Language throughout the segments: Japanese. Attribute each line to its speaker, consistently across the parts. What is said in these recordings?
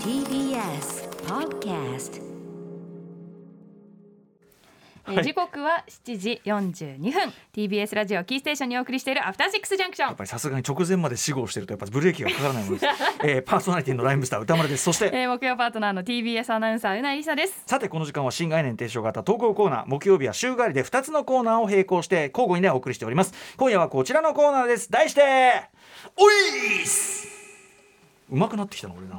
Speaker 1: TBS Podcast
Speaker 2: えー時刻は7時42分 TBS ラジオキーステーションにお送りしているアフターシックスジャンクショ
Speaker 3: やっ
Speaker 2: ン
Speaker 3: ぱりさすがに直前まで死後をしてるとやっぱブレーキがかからないも のです、えーパーソナリティのライムスター歌丸ですそして、
Speaker 2: えー木曜パートナーの TBS アナウンサーうないりさです
Speaker 3: さてこの時間は新概念提唱型投稿コーナー木曜日は週替わりで2つのコーナーを並行して交互にねお送りしております今夜はこちらのコーナーです題しておいっすうまくなってきたの俺な、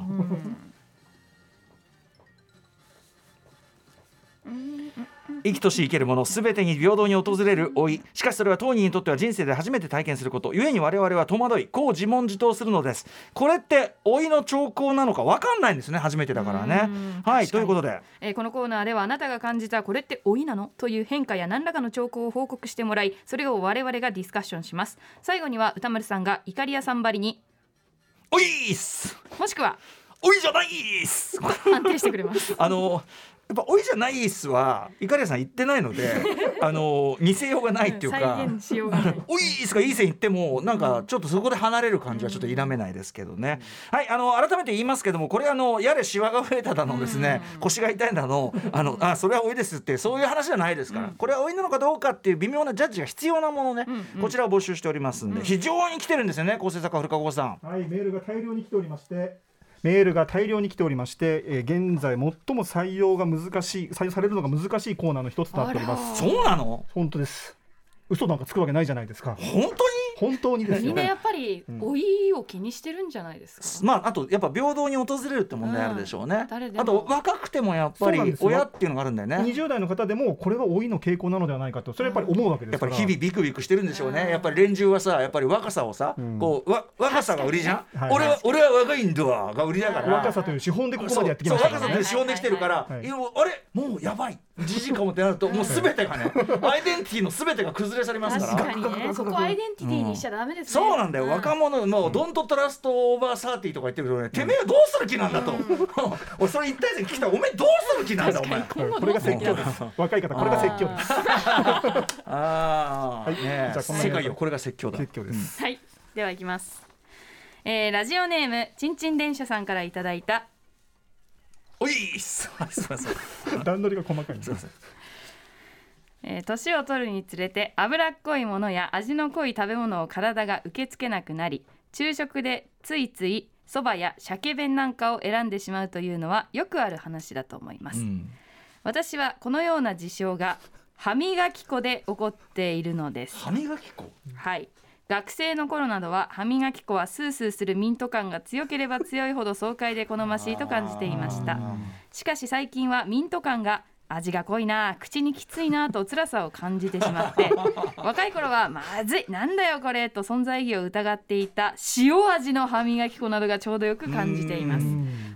Speaker 3: 生きとし生けるもの全てに平等に訪れる老いしかしそれは当人にとっては人生で初めて体験すること故に我々は戸惑いこう自問自答するのですこれって老いの兆候なのか分かんないんですね初めてだからね
Speaker 2: うん
Speaker 3: はい
Speaker 2: 確かに
Speaker 3: ということで
Speaker 2: えーこのコーナーではあなたが感じたこれって老いなのという変化や何らかの兆候を報告してもらいそれを我々がディスカッションします最後には歌丸さんがイカリアさんばりに
Speaker 3: おいっす
Speaker 2: もしくは
Speaker 3: おいじゃないっす
Speaker 2: 判定してくれます
Speaker 3: あのやっぱ「おいじゃないっす」はイカリアさん言ってないのであの似せようがないっていうか
Speaker 2: 再現しようがない
Speaker 3: 「おいっす」がいい線いってもなんかちょっとそこで離れる感じはちょっと否めないですけどね、はいあの改めて言いますけどもこれあのやれシワが増えただのですね、腰が痛いだのあのあそれは老いですってそういう話じゃないですから、これは老いなのかどうかっていう微妙なジャッジが必要なものね、こちらを募集しておりますんで、非常に来てるんですよね構成作家古川さん。
Speaker 4: はい、メールが大量に来ておりまして。メールが大量に来ておりまして、えー現在最も採用が難しい採用されるのが難しいコーナーの一つとなっております
Speaker 3: そうなの
Speaker 4: 本当です嘘なんかつくわけないじゃないですか
Speaker 3: 本当に
Speaker 4: 本当にです
Speaker 2: み
Speaker 4: よ
Speaker 2: んなやっぱり老いを気にしてるんじゃないですか
Speaker 3: まあ、あとやっぱ平等に訪れるって問題あるでしょう
Speaker 2: うん
Speaker 3: ね、
Speaker 2: 誰でも
Speaker 3: あと若くてもやっぱ
Speaker 4: そうなん
Speaker 3: り
Speaker 4: ですよ
Speaker 3: 親っていうのがあるんだよね
Speaker 4: 20代の方でもこれは老いの傾向なのではないかとそれやっぱり思うわけで
Speaker 3: やっ
Speaker 4: す
Speaker 3: ぱ
Speaker 4: から
Speaker 3: り日々ビクビクしてるんでしょうね、やっぱり連中はさやっぱり若さをさ、
Speaker 4: うん
Speaker 3: こうわ若さが売りじゃん、
Speaker 4: かに
Speaker 3: 俺は俺は若いんだわが売りだから
Speaker 4: 若さという資本でここま
Speaker 3: そう
Speaker 4: でやってきました
Speaker 3: そう
Speaker 4: か
Speaker 3: 若
Speaker 4: ら
Speaker 3: さ
Speaker 4: ね
Speaker 3: で資本できてるから、
Speaker 4: はい
Speaker 3: いやあれもうやばいじじかもってなるともう全てが ねアイデンティティの全てが崩れ去りますから
Speaker 2: 確かに ねそこアイデンティティにしちゃダメですね、
Speaker 3: そうなんだよ、若者もう「ドントトラストオーバーサーティとか言ってるけどね、てめえはどうする気なんだと、 俺それ一体で聞きたいお前どうする気なんだお前
Speaker 4: これが説教です若い方これが説教です
Speaker 3: ああ、
Speaker 4: はい
Speaker 3: ね
Speaker 4: じゃあこの辺
Speaker 3: 世界よこれが説教だ
Speaker 4: 説教です
Speaker 2: はい、ではいきます。えー、ラジオネームちんちん電車さんからいただいた。
Speaker 3: おいっすすいません
Speaker 4: 段取りが細かいんです
Speaker 2: えー年を取るにつれて脂っこいものや味の濃い食べ物を体が受け付けなくなり昼食でついついそばや鮭弁なんかを選んでしまうというのはよくある話だと思います、
Speaker 3: うん
Speaker 2: 私はこのような事象が歯磨き粉で起こっているのです
Speaker 3: 歯磨き粉
Speaker 2: はい学生の頃などは歯磨き粉はスースーするミント感が強ければ強いほど爽快で好ましいと感じていましたしかし最近はミント感が味が濃いなあ口にきついなあと辛さを感じてしまって若い頃はまずいなんだよこれと存在意義を疑っていた塩味の歯磨き粉などがちょうどよく感じています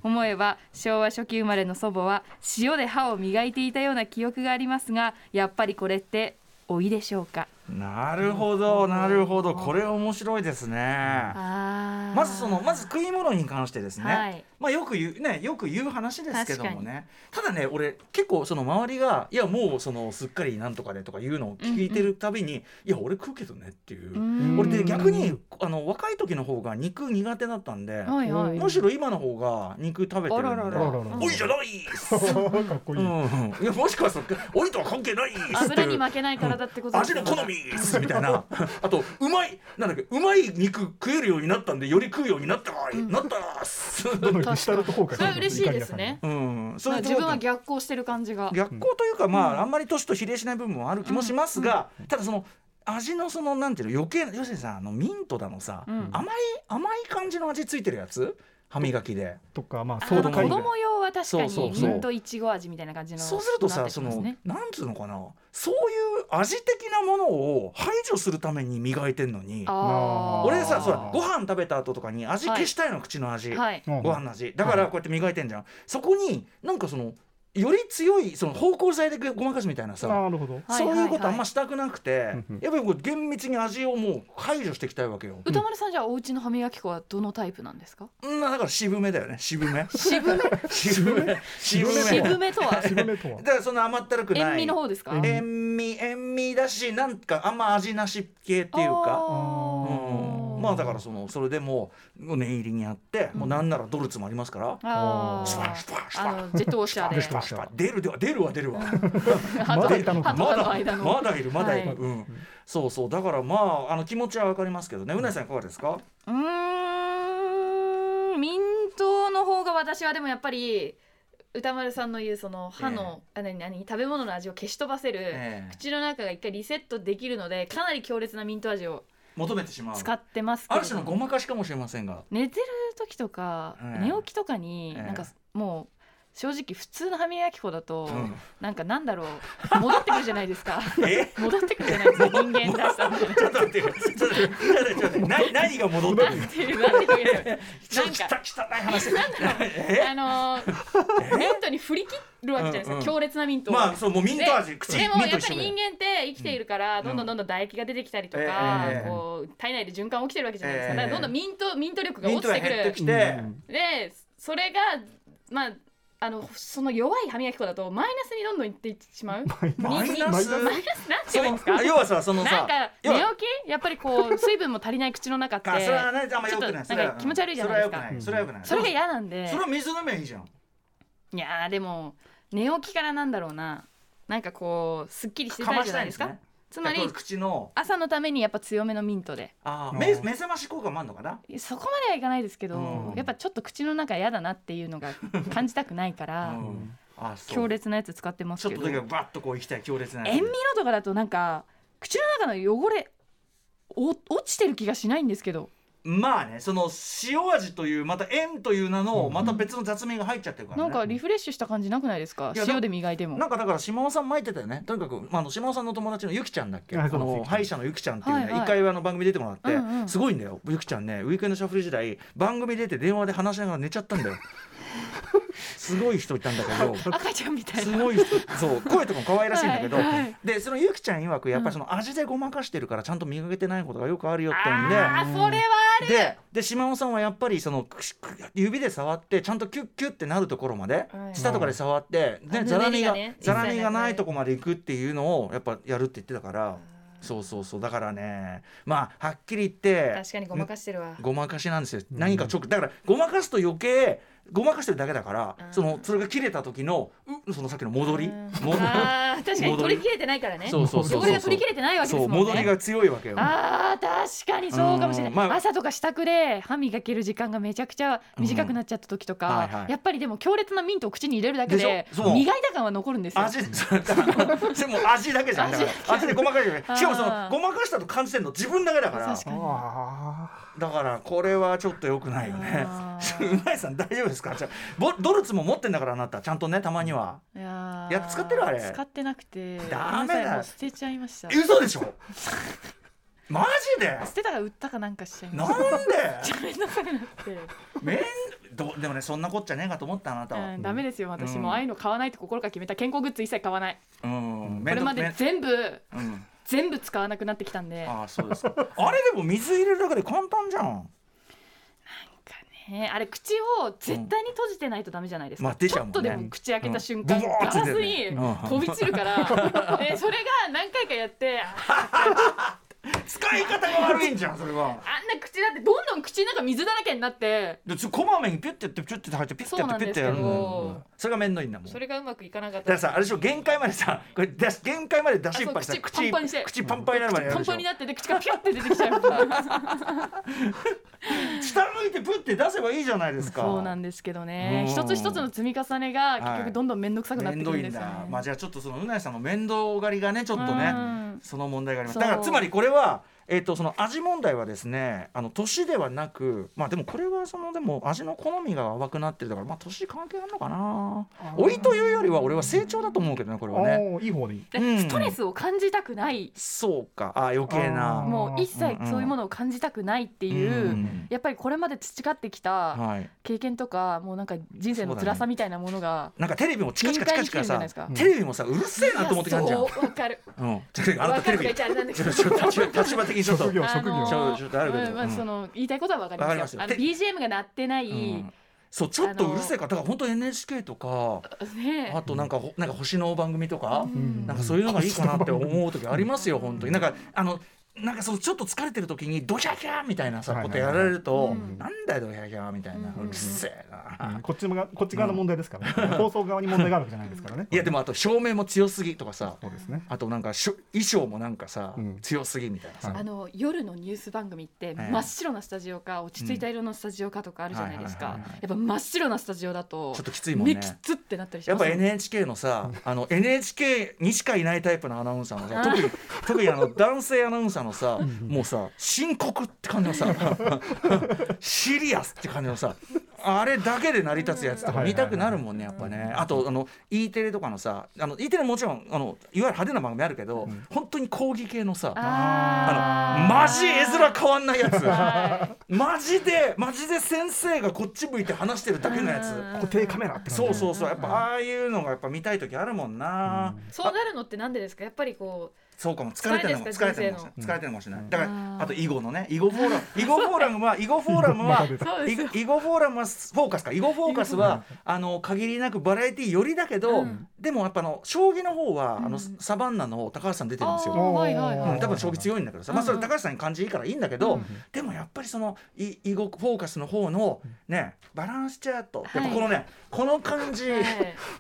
Speaker 2: 思えば昭和初期生まれの祖母は塩で歯を磨いていたような記憶がありますがやっぱりこれって老いでしょうか
Speaker 3: なるほどなるほどこれ面白いですね
Speaker 2: あー
Speaker 3: まずそのまず食い物に関してですね、
Speaker 2: はい
Speaker 3: まあよく言うねよく言う話ですけどもねただね俺結構その周りがいやもうそのすっかりなんとかでとか言うのを聞いてるたびに、いや俺食うけどねっていうう、
Speaker 2: ん
Speaker 3: 俺で逆にあの若い時の方が肉苦手だったんで、
Speaker 2: はいはい
Speaker 3: むしろ今の方が肉食べてるんで
Speaker 2: あららら
Speaker 4: ららら
Speaker 3: おいじゃないっす
Speaker 4: かっこい
Speaker 3: うん
Speaker 4: い
Speaker 3: いやもしくはそっかおいとは関係ないっすって
Speaker 2: 油
Speaker 3: い
Speaker 2: に
Speaker 3: う
Speaker 2: 負けない体ってこと
Speaker 3: 味の好みっすみたいなあとうまいなんだっけうまい肉食えるようになったんでより食うようになったわい、なったっ す
Speaker 4: どの下のところから
Speaker 2: それは嬉しいですね
Speaker 3: うんそ
Speaker 2: まあ
Speaker 3: れ
Speaker 2: 自分は逆行してる感じが
Speaker 3: 逆光というか、まああんまり年と比例しない部分もある気もしますが、ただその味のそのなんていうの余計な要するにさあのミントだのさ、
Speaker 2: うん
Speaker 3: 甘い甘い感じの味ついてるやつ歯磨きで。
Speaker 4: とかまあ
Speaker 2: あ
Speaker 4: ソー
Speaker 2: の
Speaker 4: ダ
Speaker 2: 子
Speaker 4: 海外
Speaker 2: 供用は確か
Speaker 3: そうそう
Speaker 2: に
Speaker 3: そう
Speaker 2: ミントいちご味みたいな感じの
Speaker 3: そうするとさ、
Speaker 2: なって
Speaker 3: そ
Speaker 2: きます
Speaker 3: の
Speaker 2: ね
Speaker 3: なんつうのかなそういう味的なものを排除するために磨いてんのに
Speaker 2: あー
Speaker 3: 俺さ
Speaker 4: ー
Speaker 3: そうだご飯食べた後とかに味消したいの、口の味、
Speaker 2: はい
Speaker 4: うん
Speaker 3: ご飯の味だからこうやって磨いてんじゃん、そこになんかそのより強いその芳香剤でごまかすみたいなさ、
Speaker 4: なるほど
Speaker 2: はい
Speaker 3: そういうことあん
Speaker 2: はいは
Speaker 3: ま
Speaker 2: い
Speaker 3: したくなくて、
Speaker 4: うんうん
Speaker 3: やっぱりこう厳密に味をもう排除していきたいわけよ。
Speaker 2: 歌丸さんじゃあお家の歯磨き粉はどのタイプなんですか
Speaker 3: うん、だから渋めだよね渋 め
Speaker 2: 渋め
Speaker 3: 渋め渋め
Speaker 2: 渋めとは
Speaker 4: 渋めとは
Speaker 3: だからそんな甘ったるくない
Speaker 2: 塩味の方ですか
Speaker 4: え
Speaker 3: 塩味塩味だしなんかあんま味なし系っていうか
Speaker 2: あー
Speaker 3: うんまあだからそのそれでもう念入りにやって、もうなんならドルツもありますから。
Speaker 2: あ
Speaker 3: シュ
Speaker 2: ー
Speaker 3: ワシュワシュワ
Speaker 2: あのジェットウォッシャー
Speaker 4: シュ
Speaker 2: で
Speaker 4: ワ
Speaker 3: 確かに出るでは出るわ出るわ。
Speaker 2: あと
Speaker 4: まだいたの
Speaker 2: あ
Speaker 4: か
Speaker 2: と
Speaker 3: ま
Speaker 2: あの
Speaker 3: だ
Speaker 2: 間の
Speaker 3: まだいるまだいる、
Speaker 2: はい
Speaker 3: うんそうそうだからまああの気持ちはわかりますけどねうなぎさんいかがです か
Speaker 2: うーん民党の方が私はでもやっぱり歌丸さんの言うその歯の、あ何何食べ物の味を消し飛ばせる、
Speaker 3: ええ
Speaker 2: 口の中が一回リセットできるのでかなり強烈なミント味を
Speaker 3: 求めてしまう
Speaker 2: 使ってますけ
Speaker 3: あ
Speaker 2: れ
Speaker 3: る種
Speaker 2: ど
Speaker 3: のごまかしかもしれませんが
Speaker 2: 寝てる時とか、
Speaker 3: ええ
Speaker 2: 寝起きとかに、
Speaker 3: ええ
Speaker 2: なんかもう正直普通の歯磨き粉だと、
Speaker 3: うん
Speaker 2: なんかなんだろう戻ってくるじゃないですか
Speaker 3: え
Speaker 2: 戻ってくるじゃないですか人間らし さ
Speaker 3: ちょっと待ってよちょっと待ってちょっと待ってちょっと待って何何が戻ってくる
Speaker 2: なんて いうなんていう
Speaker 3: ちょっと
Speaker 2: なん
Speaker 3: 汚い話え
Speaker 2: あのーミントに振り切るわけじゃないですか、
Speaker 3: うんうん
Speaker 2: 強烈なミントを
Speaker 3: まあそうもうミント味口
Speaker 2: でも
Speaker 3: ミン
Speaker 2: や
Speaker 3: ト
Speaker 2: っぱり人間って生きているから、どんどんどんどん唾液が出てきたりとか、
Speaker 3: ええ
Speaker 2: こう体内で循環起きてるわけじゃないですか、
Speaker 3: ええ
Speaker 2: だからどんどんミントミント力が
Speaker 3: ミン
Speaker 2: 落
Speaker 3: ト
Speaker 2: ちてく
Speaker 3: が減って
Speaker 2: る
Speaker 3: きて、
Speaker 2: でそれがまああのその弱い歯磨き粉だとマイナスにどんどんいってし まう
Speaker 3: マイ
Speaker 2: 人間
Speaker 3: ナス
Speaker 2: マイナスなんて言うんですか
Speaker 3: そう要はさその
Speaker 2: なん
Speaker 3: さ
Speaker 2: か寝
Speaker 3: 要は
Speaker 2: 起きやっぱりこう水分も足りない口の中って
Speaker 3: あそれはねあんま良くない
Speaker 2: ちょっとなんか気持ち悪いじゃないですか
Speaker 3: それは良くない
Speaker 2: そ
Speaker 3: それ
Speaker 2: れが
Speaker 3: は良くない
Speaker 2: 嫌なんで
Speaker 3: それは水飲めばいいじゃん
Speaker 2: いやーでも寝起きからなんだろうななんかこうすっきりして
Speaker 3: か
Speaker 2: た
Speaker 3: ま
Speaker 2: いじ
Speaker 3: し
Speaker 2: ゃ
Speaker 3: た
Speaker 2: ないい
Speaker 3: ん
Speaker 2: で
Speaker 3: ですす
Speaker 2: か
Speaker 3: ね
Speaker 2: つまり
Speaker 3: だから口の
Speaker 2: 朝のためにやっぱ強めのミントで
Speaker 3: あー
Speaker 4: うん
Speaker 3: 目目覚まし効果もあるのかな
Speaker 2: そこまではいかないですけど、
Speaker 3: うん
Speaker 2: やっぱちょっと口の中嫌だなっていうのが感じたくないから、
Speaker 3: うんあそう
Speaker 2: 強烈なやつ使ってま
Speaker 3: ち
Speaker 2: す
Speaker 3: ょっ
Speaker 2: け
Speaker 3: と
Speaker 2: ど
Speaker 3: だけバッとこう行きたい強烈なやつ
Speaker 2: 塩味のとかだとなんか口の中の汚れお落ちてる気がしないんですけど
Speaker 3: まあねその塩味というまた塩という名のまた別の雑味が入っちゃってるからね
Speaker 2: なんかリフレッシュした感じなくないですか
Speaker 3: いや
Speaker 2: 塩で磨いても
Speaker 3: なんかだから島尾さん巻いてたよねとにかく、まあ、あの島尾さんの友達のゆきちゃんだっけ
Speaker 4: あ
Speaker 3: あ
Speaker 4: そうですゆ
Speaker 3: の
Speaker 4: きちゃん
Speaker 3: 歯医者のゆきちゃんっていうね、
Speaker 2: はいはい
Speaker 3: 一回あの番組出てもらって、
Speaker 2: うんうん
Speaker 3: すごいんだよゆきちゃんねウィークエンドシャッフル時代番組出て電話で話しながら寝ちゃっ たんだよすごい人いたんだけど
Speaker 2: 赤ちゃんみたい
Speaker 3: す
Speaker 2: な
Speaker 3: ごい人そう声とかも可愛らしいんだけど、
Speaker 2: はいはい
Speaker 3: でそのゆきちゃん曰くやっぱりその味でごまかしてるからちゃんと磨けてないことがよくあるよってんで。
Speaker 2: あーそれは
Speaker 3: でで島尾さんはやっぱりそのくしく指で触ってちゃんとキュッキュッってなるところまで、
Speaker 2: はい
Speaker 3: 舌とかで触って、
Speaker 2: あ
Speaker 3: ね、ざらみが
Speaker 2: ぬめりがね
Speaker 3: ざらみがないとこまで行くっていうのをやっぱやるって言ってたからそうそうそうだからねまあはっきり言って
Speaker 2: 確かにごまかしてるわ
Speaker 3: ごまかしなんですよ、何かちょだからごまかすと余計ごまかしてるだけだから、
Speaker 2: うん
Speaker 3: そのそれが切れた時のうそのさっきの戻り、
Speaker 2: うん
Speaker 3: も
Speaker 2: あー確かに取り切れてないからね
Speaker 3: そうそうそうそう
Speaker 2: 汚れが取り切れてないわけで
Speaker 3: そ
Speaker 2: す
Speaker 3: う
Speaker 2: もんね
Speaker 3: 戻りが強いわけよ。
Speaker 2: あー確かにそうかもしれない、
Speaker 3: うんまあ
Speaker 2: 朝とか支度で歯磨ける時間がめちゃくちゃ短くなっちゃった時とか、
Speaker 3: うんはいはい
Speaker 2: やっぱりでも強烈なミントを口に入れるだけで
Speaker 3: でしょそう
Speaker 2: 磨いた感は残るんですよ。
Speaker 3: 味それだからそれもう味だけじゃんだから味でごまかしてるしかもそ
Speaker 2: あ
Speaker 3: の
Speaker 2: ー
Speaker 3: ごまかしたと感じてるの自分だけだから
Speaker 2: 確かに
Speaker 4: あ
Speaker 3: だからこれはちょっと良くないよね
Speaker 2: あー
Speaker 3: うまいさん大丈夫ですかじゃあボドルツも持ってんだからあなたちゃんとねたまにはい
Speaker 2: やー
Speaker 3: いや使ってるあれ
Speaker 2: 使ってなくて
Speaker 3: ダメだ
Speaker 2: ごめんなさいもう捨てちゃいました
Speaker 3: え
Speaker 2: 捨
Speaker 3: 嘘でしょ マジで
Speaker 2: てたか売ったかなんかしちゃいま
Speaker 3: な
Speaker 2: し
Speaker 3: ん
Speaker 2: た
Speaker 3: で
Speaker 2: めんなさくなって、
Speaker 3: めんどでもねそんなこっちゃねえかと思ったあなたは
Speaker 2: うん、ダメですよ私もうん
Speaker 3: う
Speaker 2: ああいうの買わないと心から決めた健康グッズ一切買わない
Speaker 3: うん
Speaker 2: こ
Speaker 3: め
Speaker 2: れ
Speaker 3: んど
Speaker 2: ま
Speaker 3: め
Speaker 2: で
Speaker 3: ん
Speaker 2: 全部
Speaker 3: うん
Speaker 2: 全部使わなくなってきたんで
Speaker 3: ああそうですかあれでも水入れるだけで簡単じゃん
Speaker 2: かねあれ口を絶対に閉じてないとダメじゃないですか、
Speaker 3: まあ出ち
Speaker 2: ち
Speaker 3: ゃ
Speaker 2: ょ
Speaker 3: うも
Speaker 2: っ
Speaker 3: んね
Speaker 2: とでも口開けた瞬間、
Speaker 3: うんブワー
Speaker 2: ガ
Speaker 3: って
Speaker 2: ラス
Speaker 3: 出る
Speaker 2: に
Speaker 3: ね
Speaker 2: 飛び散る から、でそれが何回かやってあ
Speaker 3: 使い方が悪いんじゃんそれ
Speaker 2: あ
Speaker 3: は
Speaker 2: んな口だってどんどん口の中水だらけになって
Speaker 3: でちょこまめにピュッてやってピュッて入ってピュッてやってピュッてやる
Speaker 2: そうなんですけど
Speaker 3: のよそれが面倒いいんだもん
Speaker 2: そ
Speaker 3: だ
Speaker 2: れがうまくいかなかっ
Speaker 3: か
Speaker 2: た
Speaker 3: らさあれでしょ限界までさこれ出し限界まで出しっぱりさ
Speaker 2: あそう口パンパンにして
Speaker 3: 口パンパンになるまでや
Speaker 2: パ
Speaker 3: る
Speaker 2: ン
Speaker 3: でし
Speaker 2: パ
Speaker 3: ょ
Speaker 2: ンになってて口からピュッて出てきちゃう
Speaker 3: 下向いてプッて出せばいいじゃないですか
Speaker 2: そうなんですけどね
Speaker 3: うん
Speaker 2: 一つ一つの積み重ねが結
Speaker 3: は
Speaker 2: 局
Speaker 3: い
Speaker 2: どんどん面倒くさくなって
Speaker 3: 面
Speaker 2: く
Speaker 3: 倒
Speaker 2: るん
Speaker 3: い
Speaker 2: で
Speaker 3: ん
Speaker 2: すよ、ね
Speaker 3: だまあじゃあちょっとそのうなえさんの面倒狩りがねちょっとね
Speaker 2: うん
Speaker 3: その問題があります
Speaker 2: そう
Speaker 3: だからつまりこれはえっとその味問題はですねあの年ではなくまあでもこれはそのでも味の好みが淡くなってるだからまあ年関係あるのかな老いというよりは俺は成長だと思うけどねこれ
Speaker 4: あ
Speaker 3: はね
Speaker 4: ーいい方でいい
Speaker 2: で
Speaker 3: うん
Speaker 2: ストレスを感じたくない
Speaker 3: そうかあ余計
Speaker 4: あ
Speaker 3: な
Speaker 4: ー
Speaker 2: もう一切そういうものを感じたくないっていう、
Speaker 3: うん
Speaker 2: やっぱりこれまで培ってきた、
Speaker 3: はい、
Speaker 2: 経験とかもうなんか人生の辛さみたいなものが、
Speaker 3: なんかテレビもチカチカチカチカ
Speaker 2: 限界に来てるじゃな
Speaker 3: さ
Speaker 2: いですか
Speaker 3: テレビもさうるせえなと思ってきたんじゃん、う
Speaker 2: いやそうわかる
Speaker 3: ん、ちょっとあな
Speaker 2: わ
Speaker 3: たテ
Speaker 2: か
Speaker 3: レ
Speaker 2: るとか言っ
Speaker 3: ビ
Speaker 2: ちゃあれなんだけ
Speaker 3: ちょ
Speaker 2: ど
Speaker 3: っとちょっとちょっと立場的にちょっと、
Speaker 4: 職業
Speaker 2: あのー
Speaker 3: 職業ちょっとあるけど
Speaker 2: うんまあ
Speaker 3: うん
Speaker 2: その言いたいことはわかりますよ
Speaker 3: わかりますよ
Speaker 2: あの
Speaker 3: て
Speaker 2: BGM が鳴ってない、
Speaker 3: うんそうちょっとうるせえかだから本当 NHK とか
Speaker 2: ね
Speaker 3: あとなんかほなんか星の番組とか、
Speaker 2: うん
Speaker 3: なんかそういうのがいいかなって思う時ありますよ本当になんかあのなんかそのちょっと疲れてる時にドキャキャみたいなさ
Speaker 4: は
Speaker 3: こ
Speaker 4: いはい
Speaker 3: と
Speaker 4: はい
Speaker 3: やられる
Speaker 2: う
Speaker 3: と、
Speaker 2: ん
Speaker 3: なんだよドキャキャみたいな、うるせえな、
Speaker 4: うんこっちもがこっち側の問題ですから、ね放送側に問題があるわけじゃないですからね。
Speaker 3: いやでもあと照明も強すぎとかさ
Speaker 4: そうですね。
Speaker 3: あとなんかしょ衣装もなんかさ、
Speaker 4: うん
Speaker 3: 強すぎみたいなさ、
Speaker 4: はい
Speaker 2: あの夜のニュース番組って
Speaker 3: はい
Speaker 2: 真っ白なスタジオか落ち着いた色のスタジオかとかあるじゃないです
Speaker 3: はい
Speaker 2: か
Speaker 3: はいはいはい
Speaker 2: やっぱ真っ白なスタジオだと
Speaker 3: ちょっときついもんね
Speaker 2: 目きつってなったりし
Speaker 3: や
Speaker 2: ま
Speaker 3: っ
Speaker 2: す
Speaker 3: ぱ
Speaker 2: よね
Speaker 3: NHK のさ、あの NHK にしかいないタイプのアナウンサーのさ、特に特にあの男性アナウンサーのさ、もうさ深刻って感じのさ、シリアスって感じのさ。あれだけで成り立つやつとか見たくなるもんねやっぱねあとあの E テレとかのさあの E テレもちろんあのいわゆる派手な番組あるけど、本当に抗議系のさ
Speaker 2: あー
Speaker 3: マジ絵面変わんないやつ
Speaker 2: は
Speaker 3: マジでマジで先生がこっち向いて話してるだけのや
Speaker 2: うん
Speaker 3: つ
Speaker 4: 固定カメラって感じ
Speaker 3: そうそうそうやっぱああいうのがやっぱ見たい時あるもんな、
Speaker 2: いそうなるのってなんでですかやっぱりこ
Speaker 3: そうかも疲れてるのも疲
Speaker 2: 疲
Speaker 3: れ
Speaker 2: れ
Speaker 3: て
Speaker 2: て
Speaker 3: る
Speaker 2: る
Speaker 3: の
Speaker 2: ん
Speaker 3: も
Speaker 2: です
Speaker 3: 疲れてるのかもしれないだか
Speaker 2: う
Speaker 3: ら
Speaker 2: ん
Speaker 3: あと囲碁のね囲碁フ ォーラム囲碁フォーラムは囲碁フォーラム は
Speaker 2: うそう
Speaker 3: 囲
Speaker 2: です
Speaker 3: 碁
Speaker 2: よ
Speaker 3: 囲碁フォーラムはフォーカスか囲碁フォーカスはあの限りなくバラエティよりだけど、
Speaker 2: うん
Speaker 3: でもやっぱあの将棋の方はあ
Speaker 2: う
Speaker 3: の
Speaker 2: ん
Speaker 3: サバンナの高橋さん出てるん
Speaker 2: あ
Speaker 3: です
Speaker 2: ー
Speaker 3: よ。
Speaker 2: はいはい
Speaker 4: うん
Speaker 2: は
Speaker 3: うん、
Speaker 2: い
Speaker 3: 多分将棋強いんだけどさ、まあ、それ高橋さんに感じいいからいいんだけど、
Speaker 2: うん
Speaker 3: でもやっぱりそのい囲碁フォーカスの方のねバランスチャート、やっぱこのねこの感じ、
Speaker 2: はい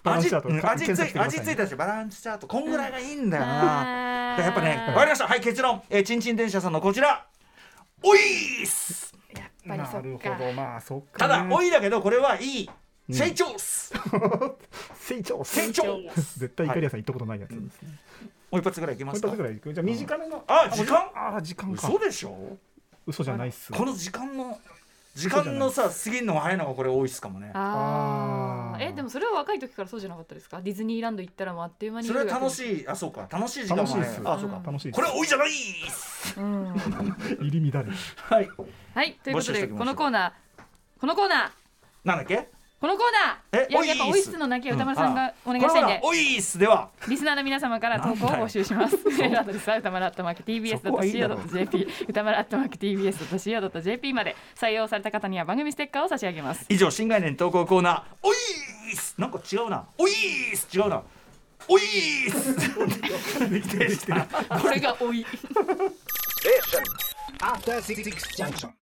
Speaker 4: バラン
Speaker 3: 味
Speaker 4: ス
Speaker 3: つ
Speaker 4: チャート
Speaker 3: うん味つ
Speaker 4: 検索し
Speaker 3: い
Speaker 4: てくださ
Speaker 3: 味
Speaker 4: い
Speaker 3: ついたしバランスチャートこんぐらいがいいんだよな、
Speaker 2: あ
Speaker 3: だ
Speaker 2: ー
Speaker 3: からやっぱねわかりましたはい結論、えー、ちんちん電車さんのこちらおいっす
Speaker 2: やっぱりそ
Speaker 4: な
Speaker 2: っ
Speaker 4: る
Speaker 2: か
Speaker 4: ほど、まあそっか
Speaker 3: た
Speaker 4: ね。
Speaker 3: だおいだけどこれはいい成長っす、
Speaker 4: 成長
Speaker 3: 成長っす
Speaker 4: 絶対イカリアさん行ったことないやつですね。
Speaker 3: もう一発ぐらいいきま
Speaker 4: も
Speaker 3: す
Speaker 4: う一
Speaker 3: か
Speaker 4: 発ぐらい行く。じゃあ短めの。
Speaker 3: あ時間
Speaker 4: ああ時間か
Speaker 3: 嘘。でしょ
Speaker 4: 嘘じゃないっす。
Speaker 3: この時間の時間のさ過ぎるのが早いのがこれ多いっすかもね
Speaker 2: あ
Speaker 4: あ
Speaker 2: ー
Speaker 4: ー
Speaker 2: えでもそれは若い時からそうじゃなかったですかディズニーランド行ったらもうあっという間に
Speaker 3: それは楽し
Speaker 2: い、
Speaker 3: いあそうか楽しい時間も
Speaker 4: 楽しい
Speaker 3: 早
Speaker 4: で
Speaker 3: い
Speaker 4: す。
Speaker 3: あそうか
Speaker 4: 楽しいで
Speaker 3: こ
Speaker 4: す。
Speaker 3: れ多いじゃないっす
Speaker 2: うん
Speaker 4: 入り乱れ。
Speaker 3: はい
Speaker 2: はいというこ
Speaker 3: 募集
Speaker 2: と
Speaker 3: してお
Speaker 2: で
Speaker 3: きましょう
Speaker 2: このコーナーこのコーナー
Speaker 3: なんだっけ
Speaker 2: このコーナー
Speaker 3: え
Speaker 2: いや
Speaker 3: おいっ
Speaker 2: やっ
Speaker 3: す
Speaker 2: ぱオイスの泣きは歌丸さんがお願いしたいんで
Speaker 3: このコーナー多いっすでは
Speaker 2: リスナーの皆様から投稿を募集します。メールアドレスは歌丸アットマーク
Speaker 3: そこはいいだろ
Speaker 2: TBS.CO.JP 歌丸アットマーク TBS.CO.JP まで採用された方には番組ステッカーを差し上げます。
Speaker 3: 以上新概念投稿コーナーおいーっすなんか違うなおいーっす違うなおいーっ すできてるできてる
Speaker 2: これが多い。
Speaker 5: After Six Junction.